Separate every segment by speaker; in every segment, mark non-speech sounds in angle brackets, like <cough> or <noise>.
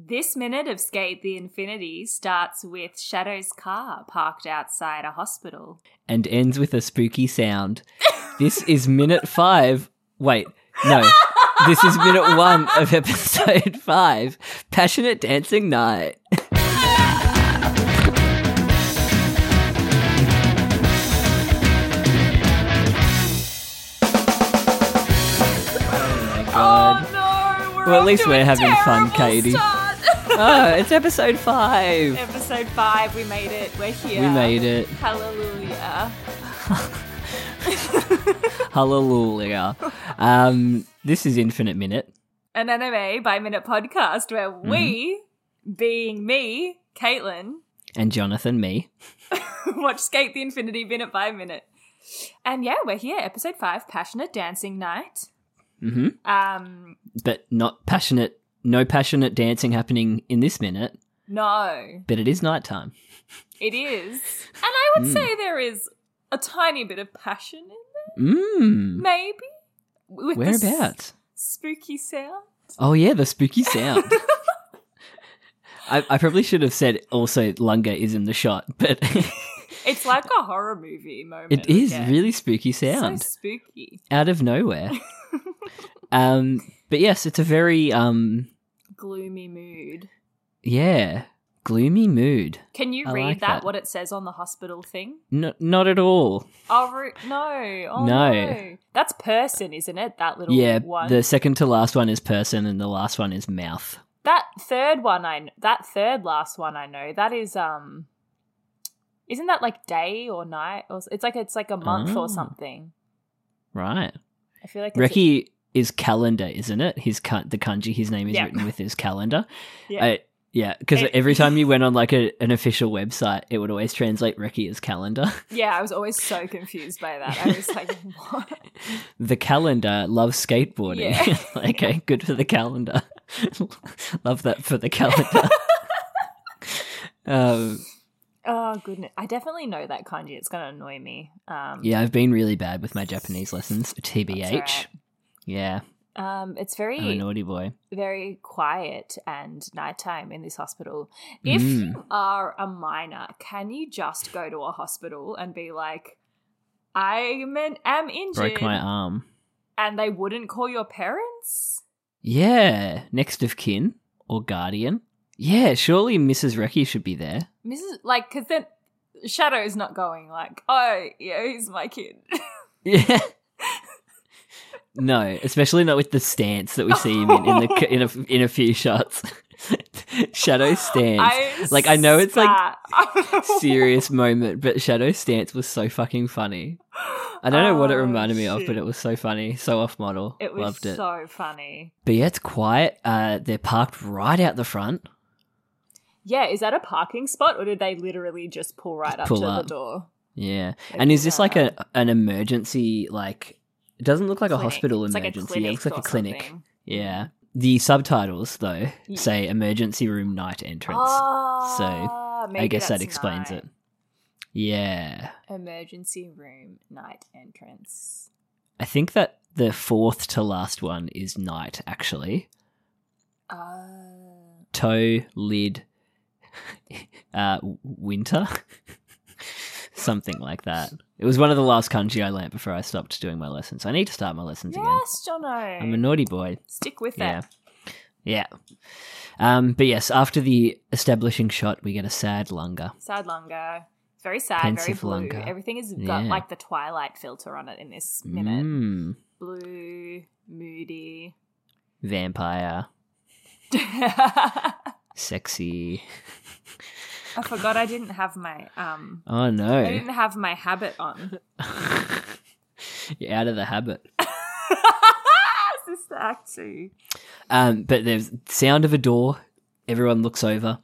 Speaker 1: This minute of Skate the Infinity starts with Shadow's car parked outside a hospital.
Speaker 2: and ends with a spooky sound. This is minute five. Wait, no. This is minute one of episode <laughs> five Passionate Dancing Night. Oh Oh my god.
Speaker 1: no! We're
Speaker 2: Well, at
Speaker 1: off
Speaker 2: least
Speaker 1: to
Speaker 2: we're
Speaker 1: a
Speaker 2: having
Speaker 1: terrible
Speaker 2: fun, Katie.
Speaker 1: start. <laughs>
Speaker 2: Oh, it's episode five.
Speaker 1: Episode 5, we made it. We're here.
Speaker 2: We made it.
Speaker 1: Hallelujah.
Speaker 2: Hallelujah. Um, this is Infinite Minute.
Speaker 1: An anime by minute podcast where
Speaker 2: Mm-hmm.
Speaker 1: we, being me, Caitlin, <laughs>
Speaker 2: And Jonathan, me.
Speaker 1: watch Skate the Infinity minute by minute. And yeah, we're here. Episode 5, Passionate Dancing Night.
Speaker 2: Mm-hmm.
Speaker 1: Um,
Speaker 2: but not passionate no passionate dancing happening in this minute
Speaker 1: no,
Speaker 2: but it is nighttime
Speaker 1: it is. And I
Speaker 2: Hmm.
Speaker 1: would say there is a tiny bit of passion in there,
Speaker 2: mm.
Speaker 1: maybe? With the s-
Speaker 2: whereabouts
Speaker 1: Spooky sound.
Speaker 2: oh yeah the spooky <laughs> sound I, I probably should have said also lunga is in the shot but <laughs>
Speaker 1: It's like a horror movie moment.
Speaker 2: it is
Speaker 1: again.
Speaker 2: really spooky
Speaker 1: So
Speaker 2: sound
Speaker 1: spooky.
Speaker 2: out of <laughs> nowhere um but yes it's a very um
Speaker 1: Gloomy mood.
Speaker 2: yeah gloomy mood
Speaker 1: Can you
Speaker 2: I
Speaker 1: read
Speaker 2: like
Speaker 1: that,
Speaker 2: that.
Speaker 1: What it says on the hospital thing?
Speaker 2: no, not at all
Speaker 1: Oh re- no! Oh, no.
Speaker 2: No.
Speaker 1: That's person, isn't it? That little
Speaker 2: yeah
Speaker 1: one.
Speaker 2: the second to last one is person and the last one is mouth
Speaker 1: That third one, I kn- that third last one, I know. That is um, isn't that like day or night? Or s- it's like it's like a month
Speaker 2: Oh.
Speaker 1: or something.
Speaker 2: right
Speaker 1: I feel like it's a-
Speaker 2: Reki is calendar, isn't it? His kan- the kanji his name is
Speaker 1: Yeah.
Speaker 2: written with is calendar.
Speaker 1: Yeah.
Speaker 2: I- yeah, because
Speaker 1: It-
Speaker 2: every time you went on like a, an official website, it would always translate Reki as calendar. <laughs>
Speaker 1: yeah, I was always so confused by that. I was like, what?
Speaker 2: the calendar loves skateboarding. <laughs>
Speaker 1: Yeah.
Speaker 2: okay, good for the calendar. <laughs> Love that for
Speaker 1: <laughs>
Speaker 2: the calendar. um,
Speaker 1: Oh goodness! I definitely know that kanji. It's gonna annoy me. Um,
Speaker 2: yeah, I've been really bad with my Japanese lessons. TBH.
Speaker 1: That's
Speaker 2: Yeah,
Speaker 1: Um, it's
Speaker 2: I'm a
Speaker 1: very,
Speaker 2: naughty boy.
Speaker 1: very quiet and nighttime in this hospital. If
Speaker 2: Mm.
Speaker 1: you are a minor, can you just go to a hospital and be like, I'm an, am injured,
Speaker 2: Broke my arm.
Speaker 1: and they wouldn't call your parents?
Speaker 2: Yeah, next of kin or guardian. Yeah, surely Mrs. Reki should be there. <laughs>
Speaker 1: Mrs. Like, because then Shadow's not going like, oh, yeah, he's my kid.
Speaker 2: Yeah. no, especially not with the stance that we see him in
Speaker 1: <laughs>
Speaker 2: in, the, in, a, in a few shots. <laughs> Shadow stance.
Speaker 1: <laughs>
Speaker 2: like I know it's like
Speaker 1: like <laughs>
Speaker 2: serious moment, but Shadow stance was so fucking funny. I don't know what it reminded me of, but it was so funny, so off model.
Speaker 1: Oh, It was
Speaker 2: Loved it.
Speaker 1: so funny.
Speaker 2: but yeah, it's quiet. Uh, they're parked right out the front.
Speaker 1: Yeah, is that a parking spot or did they literally just pull right up
Speaker 2: Pull
Speaker 1: to
Speaker 2: up.
Speaker 1: the door?
Speaker 2: Yeah.
Speaker 1: They
Speaker 2: and
Speaker 1: pull
Speaker 2: is this
Speaker 1: right
Speaker 2: like
Speaker 1: up.
Speaker 2: a an emergency like it doesn't look like a
Speaker 1: Clinic.
Speaker 2: hospital
Speaker 1: It's like a
Speaker 2: emergency. it
Speaker 1: clinic
Speaker 2: looks like
Speaker 1: or
Speaker 2: a clinic.
Speaker 1: something.
Speaker 2: Yeah. The subtitles though
Speaker 1: Ye-
Speaker 2: say emergency room night entrance.
Speaker 1: Ah,
Speaker 2: I
Speaker 1: maybe
Speaker 2: guess that
Speaker 1: that's
Speaker 2: explains
Speaker 1: night.
Speaker 2: it. Yeah.
Speaker 1: Emergency room night entrance.
Speaker 2: I think that the fourth to last one is night actually.
Speaker 1: Uh,
Speaker 2: Toe lid <laughs> uh w- winter <laughs> something like that. It was one of the last kanji I learnt before I stopped doing my lessons. I need to start my lessons again.
Speaker 1: yes, Jono.
Speaker 2: I'm a naughty boy.
Speaker 1: Stick with
Speaker 2: Yeah.
Speaker 1: it.
Speaker 2: Yeah. Um, but yes, after the establishing shot, we get a sad lunga.
Speaker 1: Sad lunga. It's very sad, very
Speaker 2: Pensive
Speaker 1: blue.
Speaker 2: lunga.
Speaker 1: Everything has got
Speaker 2: Yeah.
Speaker 1: like the twilight filter on it in this minute.
Speaker 2: Mm,
Speaker 1: Blue, moody. <laughs>
Speaker 2: vampire,
Speaker 1: I
Speaker 2: sexy.
Speaker 1: forgot I didn't have my um
Speaker 2: Oh
Speaker 1: I
Speaker 2: no. <laughs>
Speaker 1: didn't have my habit on. <laughs>
Speaker 2: You're out of the habit.
Speaker 1: this the act two.
Speaker 2: Um, but there's sound of a door. Everyone looks over.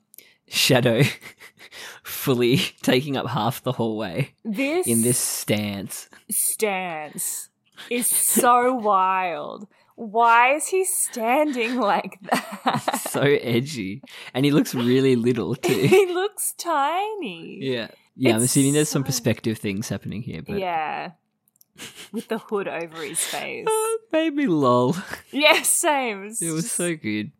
Speaker 2: Shadow <laughs> fully <laughs> taking up half the hallway
Speaker 1: This
Speaker 2: in
Speaker 1: <laughs>
Speaker 2: this stance.
Speaker 1: stance is so wild. Why is he standing like
Speaker 2: <laughs>
Speaker 1: that?
Speaker 2: So edgy. And he looks really
Speaker 1: <laughs>
Speaker 2: little too.
Speaker 1: he looks tiny.
Speaker 2: Yeah. Yeah, I'm
Speaker 1: It's
Speaker 2: assuming there's some
Speaker 1: so-
Speaker 2: perspective things happening here, but
Speaker 1: Yeah. With the hood over his face.
Speaker 2: Uh, made me lol.
Speaker 1: yeah, same. It's
Speaker 2: It was
Speaker 1: just-
Speaker 2: so good.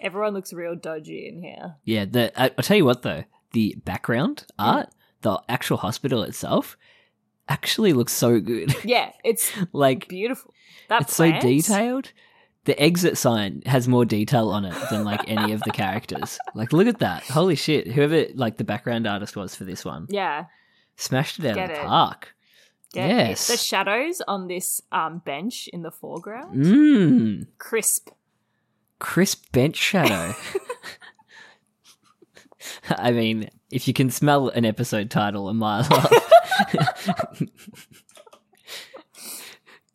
Speaker 1: Everyone looks real dodgy in here.
Speaker 2: Yeah, the I, I'll tell you what though, the background art, the actual hospital itself, actually looks so good. <laughs>
Speaker 1: Yeah, it's
Speaker 2: like
Speaker 1: beautiful. That
Speaker 2: it's
Speaker 1: plant,
Speaker 2: so detailed. The exit sign has more detail on it than like any of the characters. Like, look at that! Holy shit! Whoever like the background artist was for this one
Speaker 1: Yeah.
Speaker 2: smashed it out
Speaker 1: Get
Speaker 2: of the
Speaker 1: it.
Speaker 2: park.
Speaker 1: yeah.
Speaker 2: Yes.
Speaker 1: The shadows on this um, bench in the foreground.
Speaker 2: Mmm,
Speaker 1: Crisp.
Speaker 2: crisp bench <laughs> shadow. I mean, if you can smell an episode title a mile off,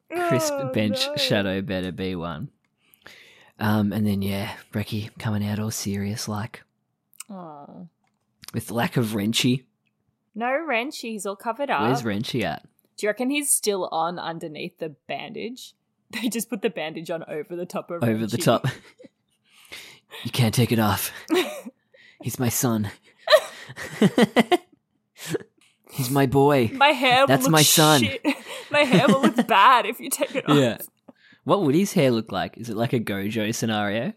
Speaker 2: crisp
Speaker 1: Oh,
Speaker 2: bench
Speaker 1: no.
Speaker 2: shadow better be one. Um, and then yeah, Brecky coming out all serious like
Speaker 1: Aw.
Speaker 2: with lack of Renchi.
Speaker 1: No wrench. He's all covered up.
Speaker 2: Where's Renchi at?
Speaker 1: Do you reckon he's still on underneath the bandage? <laughs> They just put the bandage on over the top of
Speaker 2: Over the
Speaker 1: Renji.
Speaker 2: top. <laughs> you can't take it off. He's my son. <laughs> He's my boy.
Speaker 1: <laughs> My hair. Will
Speaker 2: That's
Speaker 1: look
Speaker 2: my son.
Speaker 1: shit. <laughs> my hair will
Speaker 2: <laughs>
Speaker 1: look bad if you take it off.
Speaker 2: Yeah. What would his hair look like? Is it like a Gojo scenario?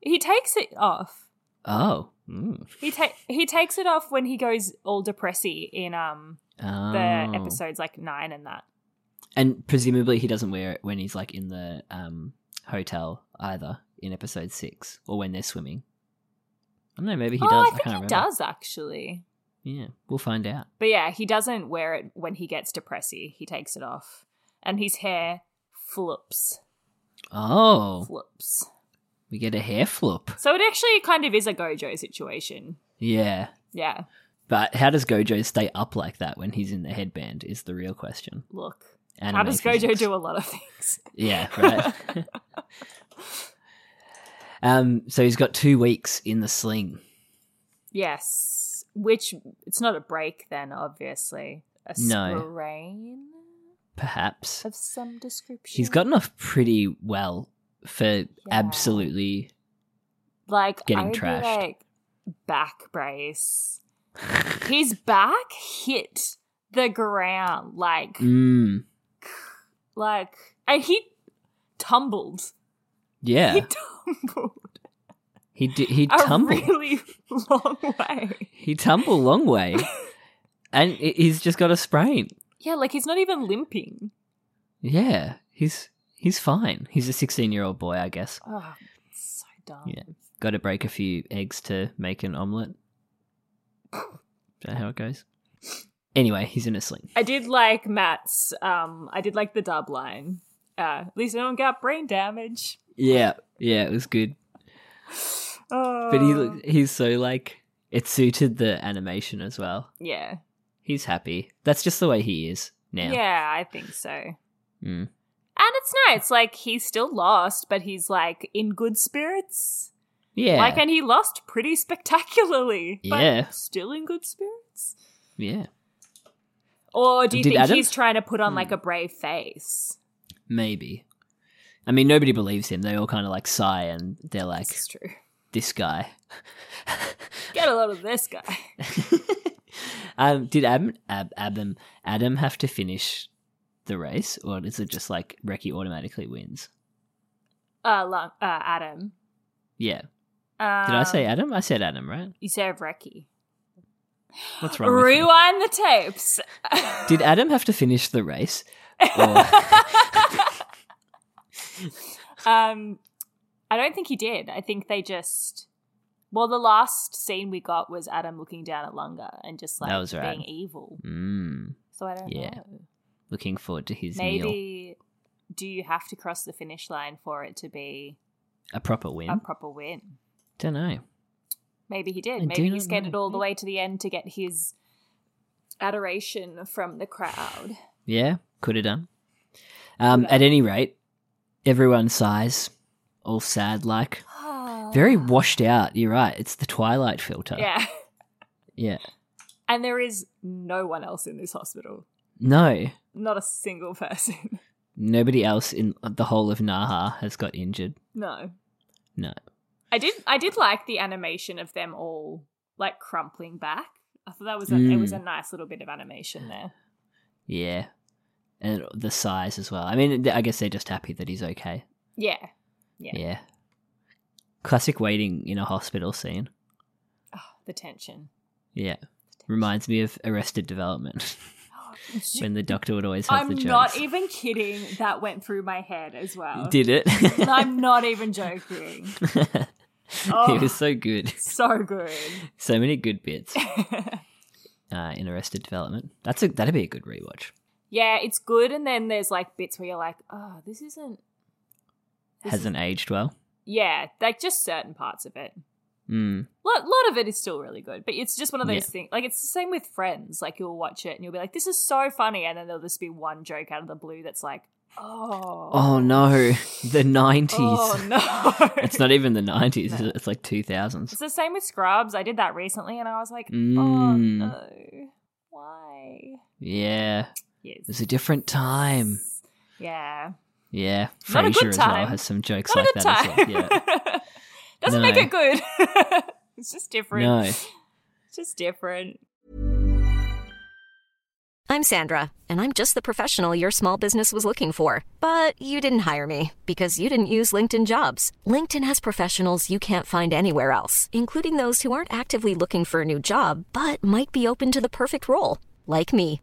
Speaker 1: He takes it off.
Speaker 2: Oh. Mm.
Speaker 1: He ta- he takes it off when he goes all depressy in um
Speaker 2: Oh.
Speaker 1: the episodes like nine and that.
Speaker 2: And presumably he doesn't wear it when he's like in the um, hotel either in episode six or when they're swimming. I don't know, maybe he
Speaker 1: oh,
Speaker 2: does.
Speaker 1: I
Speaker 2: I,
Speaker 1: think
Speaker 2: can't
Speaker 1: he
Speaker 2: remember.
Speaker 1: does actually.
Speaker 2: Yeah, we'll find out.
Speaker 1: But yeah, he doesn't wear it when he gets depressy. He takes it off, and his hair flips,
Speaker 2: Oh,
Speaker 1: flips.
Speaker 2: we get a hair flip.
Speaker 1: So it actually kind of is a Gojo situation.
Speaker 2: Yeah.
Speaker 1: Yeah.
Speaker 2: But how does Gojo stay up like that when he's in the headband is the real question.
Speaker 1: Look.
Speaker 2: Anime
Speaker 1: How does Gojo
Speaker 2: physics.
Speaker 1: do a lot of things? <laughs>
Speaker 2: Yeah, right. <laughs> um, so he's got two weeks in the sling.
Speaker 1: Yes. Which it's not a break then, obviously. A
Speaker 2: No.
Speaker 1: sprain
Speaker 2: Perhaps
Speaker 1: of some description.
Speaker 2: he's gotten off pretty well for absolutely
Speaker 1: like
Speaker 2: getting
Speaker 1: I'd be
Speaker 2: trashed.
Speaker 1: like back brace. <laughs> His back hit the ground like
Speaker 2: mm,
Speaker 1: like and he tumbled.
Speaker 2: yeah.
Speaker 1: He
Speaker 2: He
Speaker 1: tumbled
Speaker 2: he, d- he
Speaker 1: a
Speaker 2: tumbled.
Speaker 1: really <laughs> long way.
Speaker 2: He tumbled
Speaker 1: <laughs>
Speaker 2: long way, and i- he's just got a sprain.
Speaker 1: Yeah, like he's not even limping.
Speaker 2: Yeah, he's he's fine. He's a sixteen-year-old boy, I guess.
Speaker 1: Oh, it's so dumb.
Speaker 2: Yeah. Got to break a few eggs to make an omelette. Is that how it goes? Anyway, he's in a sling.
Speaker 1: I did like Matt's. Um, I did like the dub line. Uh, at least I don't got brain damage.
Speaker 2: Yeah, yeah, it was good.
Speaker 1: Oh.
Speaker 2: But he look, he's so like it suited the animation as well.
Speaker 1: yeah.
Speaker 2: He's happy. That's just the way he is
Speaker 1: yeah,
Speaker 2: now.
Speaker 1: I think so.
Speaker 2: Mm.
Speaker 1: And it's nice. Like he's still lost, but he's like in good spirits.
Speaker 2: Yeah.
Speaker 1: Like, and he lost pretty <laughs> spectacularly. But
Speaker 2: Yeah.
Speaker 1: still in good spirits.
Speaker 2: yeah.
Speaker 1: Or do you
Speaker 2: Did
Speaker 1: think
Speaker 2: Adam- Hmm.
Speaker 1: he's trying to put on like a brave face?
Speaker 2: Maybe. I mean, nobody believes him. They all kind of like sigh and they're like,
Speaker 1: It's true.
Speaker 2: "This guy." <laughs>
Speaker 1: Get a load of this guy. <laughs>
Speaker 2: um, did Adam, Ab, Adam Adam have to finish the race, or is it just like Reki automatically wins?
Speaker 1: Uh, long, uh Adam.
Speaker 2: Yeah.
Speaker 1: Um,
Speaker 2: Did I say Adam? I said Adam, right?
Speaker 1: You said Reki.
Speaker 2: What's wrong? With me?
Speaker 1: Rewind the tapes.
Speaker 2: Did Adam have to finish the race?
Speaker 1: <laughs>
Speaker 2: Or...
Speaker 1: Um, I don't think he did. I think they just. Well, the last scene we got was Adam looking down at Lunga and just like
Speaker 2: That was right.
Speaker 1: being evil.
Speaker 2: mm,
Speaker 1: So I don't
Speaker 2: Yeah.
Speaker 1: know.
Speaker 2: looking forward to his meal.
Speaker 1: Maybe do you have to cross the finish line for it to be
Speaker 2: A proper win.
Speaker 1: a proper win?
Speaker 2: Don't know.
Speaker 1: Maybe he did.
Speaker 2: I
Speaker 1: Maybe
Speaker 2: don't
Speaker 1: he skated
Speaker 2: know.
Speaker 1: all the way to the end to get his adoration from the crowd.
Speaker 2: <sighs> Yeah, could have done. Um, At any rate, Everyone sighs, all sad like. Very washed out. You're right. It's the twilight filter.
Speaker 1: Ah. Yeah. <laughs>
Speaker 2: Yeah.
Speaker 1: And there is no one else in this hospital.
Speaker 2: No,
Speaker 1: Not a single person. <laughs>
Speaker 2: nobody else in the whole of Naha has got injured.
Speaker 1: No.
Speaker 2: No.
Speaker 1: I did I did like the animation of them all like crumpling back. I thought that was a, it
Speaker 2: Mm.
Speaker 1: was a nice little bit of animation there.
Speaker 2: Yeah. And the size as well. I mean, I guess they're just happy that he's okay.
Speaker 1: Yeah. Yeah.
Speaker 2: Yeah. Classic waiting in a hospital scene.
Speaker 1: The tension.
Speaker 2: Yeah. Reminds me of Arrested Development <laughs> when the doctor would always have
Speaker 1: I'm
Speaker 2: the jokes.
Speaker 1: not even kidding. That went through my head as well. <laughs>
Speaker 2: Did <laughs> it?
Speaker 1: I'm not even
Speaker 2: <laughs>
Speaker 1: joking. Oh.
Speaker 2: It was so good.
Speaker 1: So good.
Speaker 2: So many good
Speaker 1: <laughs>
Speaker 2: bits uh, in Arrested Development. That's a that'd be a good rewatch.
Speaker 1: Yeah, it's good. And then there's like bits where you're like, oh, this isn't. This
Speaker 2: Hasn't aged well.
Speaker 1: Yeah, like just certain parts of it.
Speaker 2: Mm.
Speaker 1: lot, lot of it is still really good, but it's just one of those
Speaker 2: Yeah.
Speaker 1: things. Like it's the same with Friends. Like you'll watch it and you'll be like, "This is so funny," and then there'll just be one joke out of the blue that's like, "Oh,
Speaker 2: Oh no, <laughs> the nineties.
Speaker 1: oh
Speaker 2: <laughs>
Speaker 1: no."
Speaker 2: It's not even the nineties. It's like two thousands.
Speaker 1: it's the same with Scrubs. I did that recently, and I was like, "Oh
Speaker 2: Mm.
Speaker 1: no, why?"
Speaker 2: Yeah, it
Speaker 1: Yes,
Speaker 2: was a different time.
Speaker 1: yeah,
Speaker 2: Yeah,
Speaker 1: Not a good
Speaker 2: Frasier as well
Speaker 1: time.
Speaker 2: has some jokes
Speaker 1: not a
Speaker 2: like
Speaker 1: good
Speaker 2: that
Speaker 1: time.
Speaker 2: as well.
Speaker 1: <laughs>
Speaker 2: Yeah,
Speaker 1: Doesn't make
Speaker 2: No.
Speaker 1: it good. <laughs> it's just different.
Speaker 2: No.
Speaker 1: It's just different.
Speaker 3: I'm Sandra, and I'm just the professional your small business was looking for. But you didn't hire me because you didn't use LinkedIn jobs. LinkedIn has professionals you can't find anywhere else, including those who aren't actively looking for a new job but might be open to the perfect role, like me.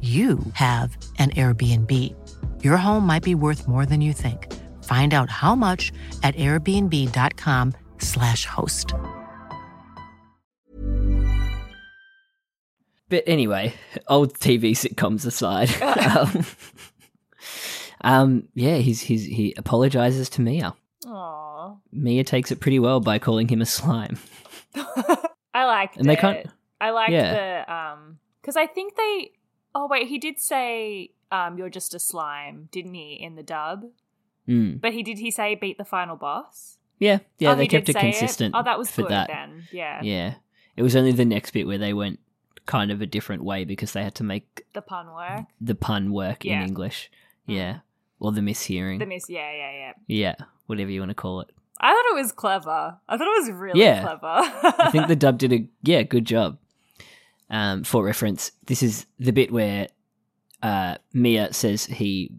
Speaker 4: you have an Airbnb. Your home might be worth more than you think. Find out how much at airbnb.com/slash host.
Speaker 2: But anyway, old TV sitcoms
Speaker 1: <laughs>
Speaker 2: aside, um, um, yeah, he's he's he apologizes to Mia.
Speaker 1: Aww.
Speaker 2: Mia takes it pretty well by calling him a slime.
Speaker 1: I liked
Speaker 2: And they
Speaker 1: it.
Speaker 2: can't-
Speaker 1: I liked
Speaker 2: Yeah.
Speaker 1: the um because I think they. Oh wait, he did say um you're just a slime, didn't he? In the dub,
Speaker 2: Mm.
Speaker 1: but he did he say beat the final boss?
Speaker 2: Yeah, yeah,
Speaker 1: Oh,
Speaker 2: they
Speaker 1: he did
Speaker 2: kept it
Speaker 1: say
Speaker 2: consistent.
Speaker 1: Oh, that was
Speaker 2: for
Speaker 1: good
Speaker 2: that.
Speaker 1: then. Yeah,
Speaker 2: Yeah, it was only the next bit where they went kind of a different way because they had to make
Speaker 1: the pun work,
Speaker 2: the pun work
Speaker 1: Yeah. Hmm.
Speaker 2: in English. Yeah, or the mishearing.
Speaker 1: the miss. Yeah, yeah, yeah.
Speaker 2: yeah, whatever you want to call it.
Speaker 1: I thought it was clever. I thought it was really
Speaker 2: Yeah.
Speaker 1: clever.
Speaker 2: I think the dub did a yeah good job. Um, for reference, this is the bit where uh, Mia says he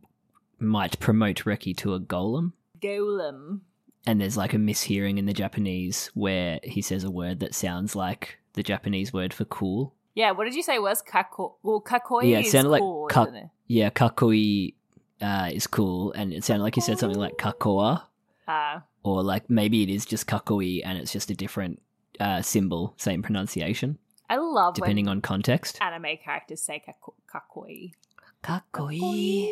Speaker 2: might promote Reki to a golem,
Speaker 1: <laughs> Golem.
Speaker 2: and there's like a mishearing in the Japanese where he says a word that sounds like the Japanese word for cool.
Speaker 1: Yeah, what did you say was kako? Well, kakoi
Speaker 2: yeah, it
Speaker 1: is
Speaker 2: sounded like
Speaker 1: cool,
Speaker 2: ka-
Speaker 1: isn't it?
Speaker 2: yeah kakoi uh, is cool, and it sounded like he said something
Speaker 1: Oh.
Speaker 2: like kakoa,
Speaker 1: Uh,
Speaker 2: or like maybe it is just kakoi and it's just a different uh, symbol, same pronunciation,
Speaker 1: I love
Speaker 2: depending
Speaker 1: when
Speaker 2: on context.
Speaker 1: anime characters say kako- kakoi.
Speaker 2: Kakoi.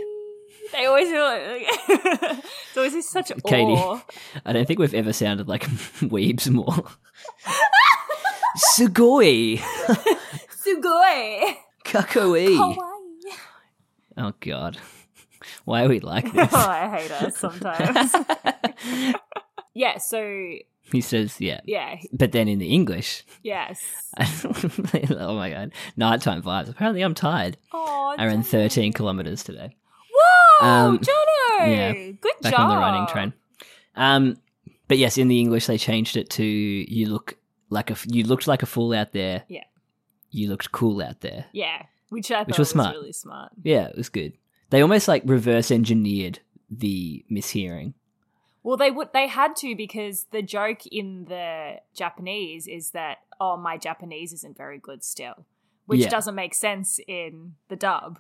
Speaker 1: They always do like, <laughs> it's always just such
Speaker 2: <laughs> Katie.
Speaker 1: awe.
Speaker 2: I don't think we've ever sounded like <laughs>
Speaker 1: <laughs>
Speaker 2: weebs more. Sugoi,
Speaker 1: <laughs> Sugoi.
Speaker 2: kakoi.
Speaker 1: Hawaii.
Speaker 2: Oh god, why are we like
Speaker 1: Oh, <laughs>
Speaker 2: this?
Speaker 1: I hate us sometimes.
Speaker 2: <laughs>
Speaker 1: yeah, so
Speaker 2: he says, yeah,
Speaker 1: yeah,
Speaker 2: but then in the English, <laughs>
Speaker 1: yes.
Speaker 2: oh my god, nighttime vibes. Apparently, I'm tired.
Speaker 1: Oh,
Speaker 2: I ran 13 kilometers today.
Speaker 1: Whoa,
Speaker 2: Um,
Speaker 1: Jono!
Speaker 2: yeah,
Speaker 1: Good
Speaker 2: back
Speaker 1: job.
Speaker 2: on the running train. Um, but yes, in the English they changed it to you look like a f- you looked like a fool out there.
Speaker 1: Yeah.
Speaker 2: you looked cool out there.
Speaker 1: Yeah, which I thought
Speaker 2: Which was
Speaker 1: was,
Speaker 2: smart.
Speaker 1: really smart.
Speaker 2: Yeah, it was good. They almost like reverse engineered the mishearing.
Speaker 1: Well, they would. They had to because the joke in the Japanese is that oh, my Japanese isn't very good still, which
Speaker 2: Yeah.
Speaker 1: doesn't make sense in the dub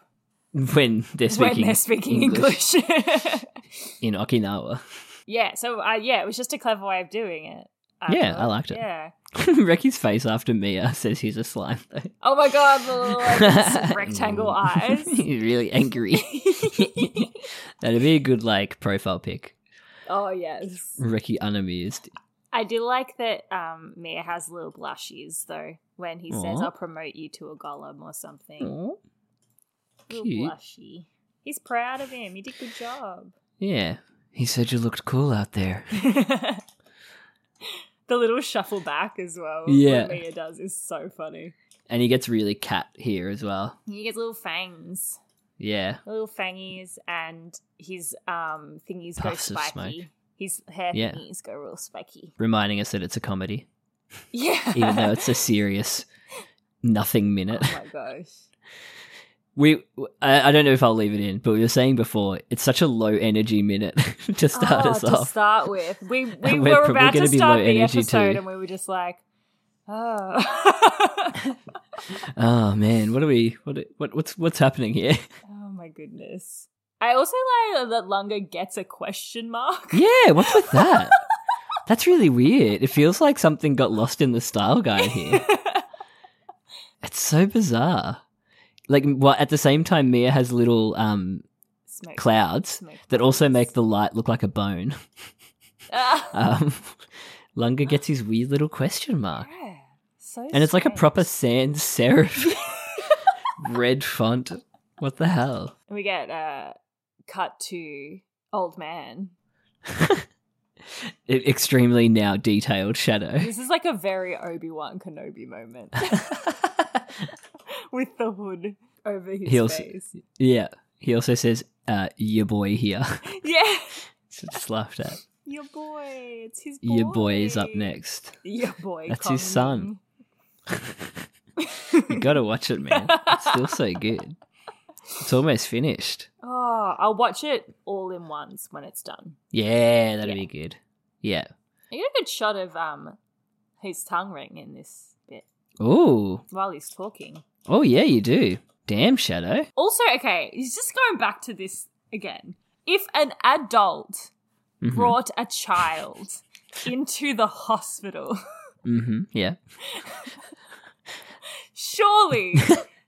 Speaker 1: <laughs>
Speaker 2: when they're speaking,
Speaker 1: when they're speaking English. <laughs>
Speaker 2: in Okinawa. <laughs>
Speaker 1: yeah. So uh, yeah, it was just a clever way of doing it.
Speaker 2: Yeah,
Speaker 1: thought.
Speaker 2: I liked it.
Speaker 1: Yeah.
Speaker 2: Reki's face after Mia says he's a slime though. Mm.
Speaker 1: Oh my god, the little,
Speaker 2: <laughs>
Speaker 1: like, rectangle eyes.
Speaker 2: He's
Speaker 1: <laughs>
Speaker 2: really angry. <laughs> That'd be a good like profile pic.
Speaker 1: Oh yes.
Speaker 2: Reki unamused.
Speaker 1: I do like that um Mia has little blushies though when he says
Speaker 2: Aw.
Speaker 1: I'll promote you to a golem or something.
Speaker 2: Aw,
Speaker 1: Little
Speaker 2: cute.
Speaker 1: blushy. He's proud of him. He did good
Speaker 2: <laughs>
Speaker 1: job.
Speaker 2: Yeah. He said you looked cool out there.
Speaker 1: the little shuffle back as well.
Speaker 2: Yeah.
Speaker 1: What Mia does is so funny.
Speaker 2: <laughs> And he gets really cat here as well.
Speaker 1: He gets little fangs.
Speaker 2: Yeah.
Speaker 1: Little fangies and his um thingies
Speaker 2: Puffs
Speaker 1: go
Speaker 2: of
Speaker 1: spiky.
Speaker 2: smoke.
Speaker 1: His hair
Speaker 2: Yeah.
Speaker 1: thingies go real spiky.
Speaker 2: Reminding us that it's a comedy.
Speaker 1: Yeah.
Speaker 2: Even though <laughs> it's a serious nothing minute.
Speaker 1: <laughs> Oh my
Speaker 2: <laughs>
Speaker 1: gosh.
Speaker 2: We, I, I don't know if I'll leave it in, but we were saying before, it's such a low energy minute <laughs> to start
Speaker 1: Oh,
Speaker 2: us
Speaker 1: to
Speaker 2: off.
Speaker 1: start with,
Speaker 2: <laughs>
Speaker 1: we we
Speaker 2: And
Speaker 1: were,
Speaker 2: we're probably
Speaker 1: about to
Speaker 2: gonna be
Speaker 1: start
Speaker 2: low
Speaker 1: the
Speaker 2: energy
Speaker 1: episode,
Speaker 2: too.
Speaker 1: and we were just like, oh, <laughs>
Speaker 2: Oh man, what are we? What, what what's what's happening here?
Speaker 1: oh my goodness. I also like that Lunga gets a question mark. <laughs>
Speaker 2: Yeah, what's with that? That's really weird. It feels like something got lost in the style guide here. it's so bizarre. Like, well, at the same time, Mia has little um,
Speaker 1: Smoke.
Speaker 2: clouds
Speaker 1: Smoke
Speaker 2: that also
Speaker 1: clouds.
Speaker 2: make the light look like a bone.
Speaker 1: <laughs> Ah,
Speaker 2: Um, Lunga gets his weird little question mark.
Speaker 1: yeah. so
Speaker 2: And it's like a
Speaker 1: strange.
Speaker 2: proper sans serif red font. What the hell?
Speaker 1: And we get uh, cut to old man.
Speaker 2: E- extremely now detailed shadow.
Speaker 1: This is like a very Obi Wan Kenobi
Speaker 2: <laughs>
Speaker 1: moment with the hood over his
Speaker 2: He also-
Speaker 1: face.
Speaker 2: yeah. He also says, uh, your boy here. <laughs>
Speaker 1: Yeah,
Speaker 2: it's just laughed at.
Speaker 1: your boy. It's his boy.
Speaker 2: Your boy is up next.
Speaker 1: Your boy.
Speaker 2: That's his
Speaker 1: Kong.
Speaker 2: You gotta watch it, man. It's still so good. It's almost finished.
Speaker 1: Oh, I'll watch it all in once when it's done.
Speaker 2: Yeah, that'd be good. Yeah.
Speaker 1: I get a good shot of um his tongue ring in this bit
Speaker 2: Oh.
Speaker 1: while he's talking.
Speaker 2: Oh yeah, you do. Damn shadow.
Speaker 1: Also, okay, he's just going back to this again. If an adult
Speaker 2: Mm-hmm.
Speaker 1: brought a child into the hospital,
Speaker 2: Mm-hmm. Yeah. <laughs>
Speaker 1: surely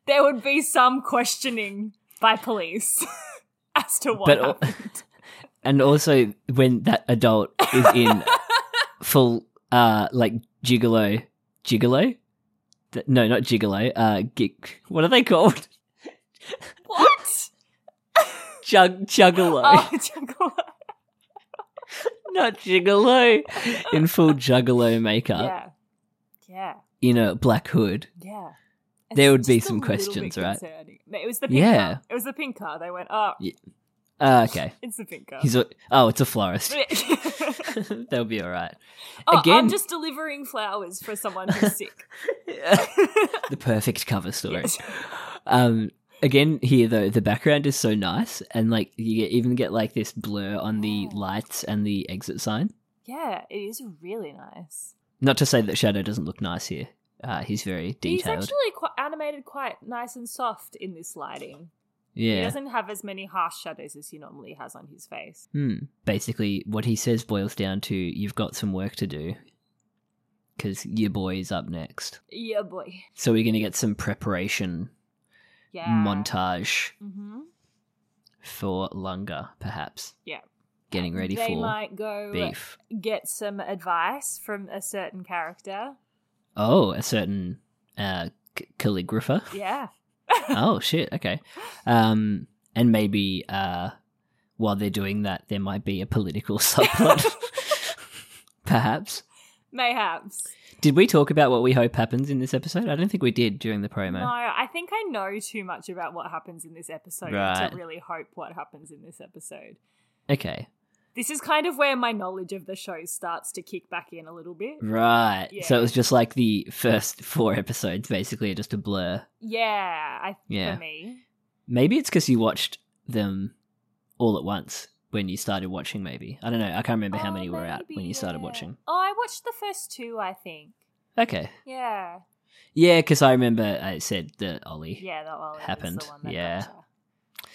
Speaker 1: there would be some questioning by police <laughs> as to what
Speaker 2: But uh, al- <laughs>
Speaker 1: happened.
Speaker 2: and also when that adult is
Speaker 1: <laughs>
Speaker 2: in full uh like gigolo gigolo Th- no not gigolo uh gig what are they called <laughs>
Speaker 1: What?
Speaker 2: Jug- juggalo
Speaker 1: Oh, <laughs> Jaguar.
Speaker 2: not gigolo in full juggalo makeup
Speaker 1: yeah. Yeah.
Speaker 2: in a black hood
Speaker 1: Yeah.
Speaker 2: There would
Speaker 1: It's
Speaker 2: be
Speaker 1: just a
Speaker 2: some
Speaker 1: little bit
Speaker 2: questions, right?
Speaker 1: concerning. No, It was the pink
Speaker 2: Yeah.
Speaker 1: car. It was the pink car. They went, oh,
Speaker 2: uh, okay
Speaker 1: it's the pink car.
Speaker 2: he's a- oh it's a florist <laughs> they'll be all right
Speaker 1: <laughs> oh,
Speaker 2: <laughs> again
Speaker 1: I'm just delivering flowers for someone who's
Speaker 2: <laughs>
Speaker 1: sick.
Speaker 2: the perfect cover story. Um, again, here though, the background is so nice, and like you get, even get like this blur on the lights and the exit sign.
Speaker 1: Yeah, it is really nice.
Speaker 2: Not to say that Shadow doesn't look nice here. Uh, he's very
Speaker 1: He's
Speaker 2: detailed.
Speaker 1: actually quite animated quite nice and soft in this lighting. He
Speaker 2: yeah.
Speaker 1: doesn't have as many harsh shadows as he normally has on his face.
Speaker 2: Hmm. Basically, what he says boils down to you've got some work to do because your boy is up next.
Speaker 1: Yeah, boy.
Speaker 2: So we're going to get some preparation
Speaker 1: Yeah.
Speaker 2: montage
Speaker 1: Mm-hmm.
Speaker 2: for Lunga, perhaps.
Speaker 1: Yeah.
Speaker 2: Getting ready
Speaker 1: they
Speaker 2: for
Speaker 1: might go
Speaker 2: beef.
Speaker 1: get some advice from a certain character.
Speaker 2: Oh, a certain uh, c- calligrapher.
Speaker 1: Yeah.
Speaker 2: <laughs> oh shit. Okay. Um, and maybe uh, while they're doing that, there might be a
Speaker 1: <laughs>
Speaker 2: political <laughs> subplot, perhaps.
Speaker 1: Mayhaps.
Speaker 2: Did we talk about what we hope happens in this episode? I don't think we did during the promo.
Speaker 1: No, I think I know too much about what happens in this episode
Speaker 2: Right.
Speaker 1: to really hope what happens in this episode.
Speaker 2: Okay.
Speaker 1: This is kind of where my knowledge of the show starts to kick back in a little bit.
Speaker 2: Mm. Right. So
Speaker 1: Yeah.
Speaker 2: it was just like the first four episodes, basically, are just a blur.
Speaker 1: Yeah, I,
Speaker 2: Yeah.
Speaker 1: for me.
Speaker 2: Maybe it's because you watched them all at once when you started watching, maybe. I don't know. I can't remember how
Speaker 1: Oh,
Speaker 2: many were out when
Speaker 1: maybe,
Speaker 2: you started
Speaker 1: yeah.
Speaker 2: watching.
Speaker 1: Oh, I watched the first two, I think.
Speaker 2: Okay.
Speaker 1: Yeah.
Speaker 2: Yeah, because I remember I said the Ollie.
Speaker 1: Yeah, that one was
Speaker 2: Happened,
Speaker 1: The one that
Speaker 2: yeah.
Speaker 1: gotcha.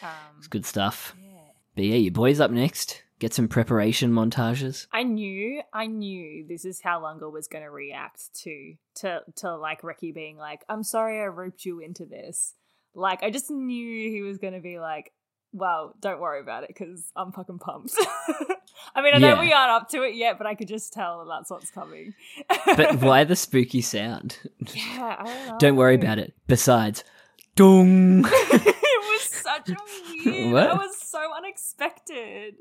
Speaker 1: Um,
Speaker 2: It's good stuff.
Speaker 1: yeah.
Speaker 2: But yeah, your boy's up next. Get some preparation montages.
Speaker 1: I knew, I knew this is how Lunga was going to react to to to like Ricky being like, "I'm sorry, I roped you into this." Like, I just knew he was going to be like, "Well, don't worry about it because I'm fucking pumped." <laughs> I mean, I know
Speaker 2: Yeah.
Speaker 1: we aren't up to it yet, but I could just tell that that's what's
Speaker 2: <laughs>
Speaker 1: coming.
Speaker 2: But
Speaker 1: <laughs>
Speaker 2: why the spooky sound?
Speaker 1: yeah, I don't, know.
Speaker 2: Don't
Speaker 1: <laughs>
Speaker 2: worry about it. Besides, dong.
Speaker 1: it was such a weird.
Speaker 2: What?
Speaker 1: That was so unexpected.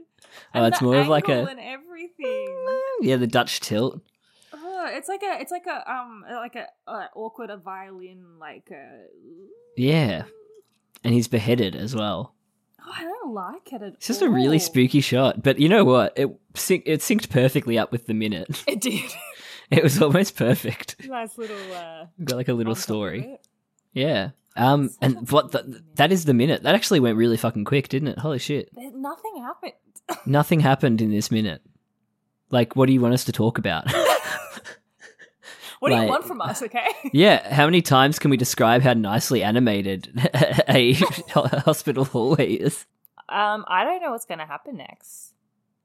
Speaker 2: Oh,
Speaker 1: And
Speaker 2: it's
Speaker 1: the
Speaker 2: more of like
Speaker 1: angle
Speaker 2: a-
Speaker 1: and everything.
Speaker 2: yeah, the Dutch tilt.
Speaker 1: Oh, it's like a, it's like a, um, like a uh, awkward a violin, like a.
Speaker 2: Yeah. And he's beheaded as well.
Speaker 1: Oh, I don't like it at all.
Speaker 2: It's just a really
Speaker 1: Oh.
Speaker 2: spooky shot. But you know what? It syn- it synced perfectly up with the minute.
Speaker 1: It did. <laughs>
Speaker 2: <laughs> It was almost perfect.
Speaker 1: nice little. uh
Speaker 2: Got like a little
Speaker 1: on top of
Speaker 2: story.
Speaker 1: it.
Speaker 2: Yeah. Um.
Speaker 1: Such a
Speaker 2: And what? The, that is the minute. That actually went really fucking quick, didn't it? Holy shit!
Speaker 1: But nothing happened. <laughs>
Speaker 2: Nothing happened in this minute. Like, what do you want us to talk about? <laughs>
Speaker 1: What do
Speaker 2: Like-
Speaker 1: you want from us?
Speaker 2: <laughs>
Speaker 1: Okay. <laughs>
Speaker 2: Yeah, how many times can we describe how nicely animated <laughs> a hospital hallway is?
Speaker 1: um, I don't know what's gonna happen next,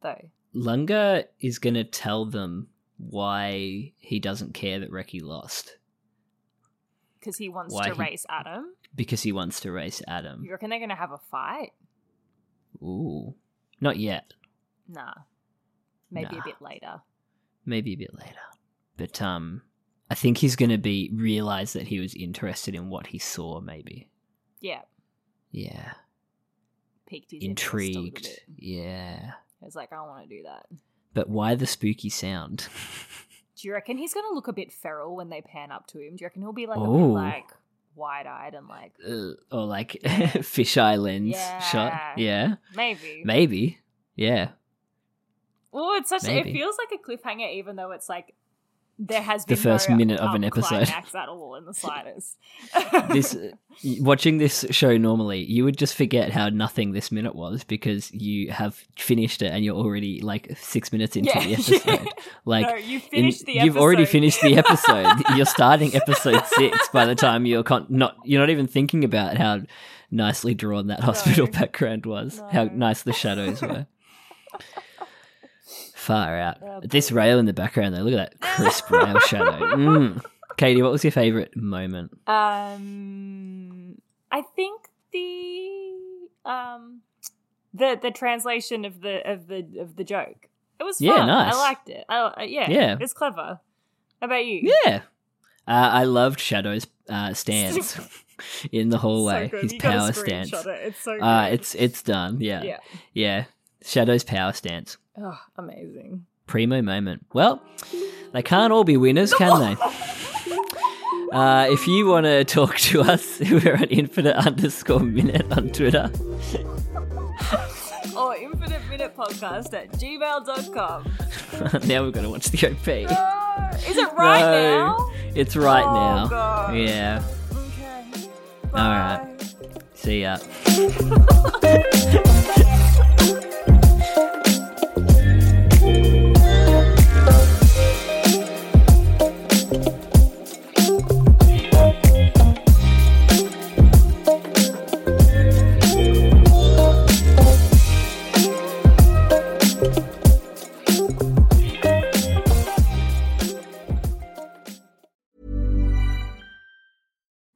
Speaker 1: though.
Speaker 2: Lunga is going to tell them why he doesn't care that Reki lost
Speaker 1: Because he wants
Speaker 2: Why
Speaker 1: to
Speaker 2: he- Mm.
Speaker 1: race Adam.
Speaker 2: because he wants to race Adam.
Speaker 1: You reckon they're gonna have a fight?
Speaker 2: Ooh. Not yet.
Speaker 1: Nah. Maybe
Speaker 2: Nah.
Speaker 1: a bit later.
Speaker 2: Maybe a bit later. But um I think he's going to be realize that he was interested in what he saw maybe.
Speaker 1: Yeah.
Speaker 2: Yeah.
Speaker 1: Piqued his interest a little
Speaker 2: Intrigued.
Speaker 1: bit.
Speaker 2: Yeah.
Speaker 1: It's like I want to do that.
Speaker 2: But why the spooky sound? <laughs>
Speaker 1: Do you reckon he's gonna look a bit feral when they pan up to him? Do you reckon he'll be like a
Speaker 2: Ooh.
Speaker 1: bit like wide eyed and like
Speaker 2: uh, or like <laughs> fisheye lens
Speaker 1: Yeah.
Speaker 2: shot. Yeah,
Speaker 1: maybe?
Speaker 2: maybe. Yeah,
Speaker 1: Well, it's such.
Speaker 2: Maybe.
Speaker 1: It feels like a cliffhanger, even though it's like there has
Speaker 2: The
Speaker 1: been
Speaker 2: first
Speaker 1: no,
Speaker 2: minute of an
Speaker 1: um,
Speaker 2: episode.
Speaker 1: climax <laughs> at all in
Speaker 2: <laughs>
Speaker 1: the slightest.
Speaker 2: this y- watching this show normally, you would just forget how nothing this minute was because you have finished it and you're already like six minutes into
Speaker 1: Yeah. <laughs>
Speaker 2: the episode. Like
Speaker 1: no, you
Speaker 2: in-
Speaker 1: finished the.
Speaker 2: you've already
Speaker 1: episode. <laughs>
Speaker 2: finished the episode. you're starting episode six by the time you're con- not you're not even thinking about how nicely drawn that hospital <laughs> background was, how
Speaker 1: No.
Speaker 2: nice the
Speaker 1: <laughs>
Speaker 2: shadows were. Far out.
Speaker 1: Oh,
Speaker 2: this rail in the background though, look at that crisp rail shadow. Mm. Katie, what was your favorite moment?
Speaker 1: Um, I think the um the the translation of the of the of the joke. It was
Speaker 2: Yeah,
Speaker 1: fun.
Speaker 2: nice.
Speaker 1: I liked it. I, yeah,
Speaker 2: Yeah.
Speaker 1: it's clever. How about you?
Speaker 2: Yeah. Uh, I loved Shadow's
Speaker 1: <laughs>
Speaker 2: uh, stance in the hallway. His power stance.
Speaker 1: It. It's so
Speaker 2: Uh, it's it's done. Yeah. yeah.
Speaker 1: Yeah.
Speaker 2: Shadow's power stance.
Speaker 1: oh, amazing.
Speaker 2: primo moment. Well, they can't all be winners, can
Speaker 1: <laughs>
Speaker 2: they? Uh, if you want to talk to us, <laughs> we're at infinite underscore minute on Twitter. <laughs>
Speaker 1: Or infinite minute podcast at gmail.com.
Speaker 2: now we've got to watch the OP.
Speaker 1: Is it right
Speaker 2: No.
Speaker 1: now?
Speaker 2: It's right
Speaker 1: Oh,
Speaker 2: now.
Speaker 1: God.
Speaker 2: Yeah.
Speaker 1: Okay.
Speaker 2: All right. See ya.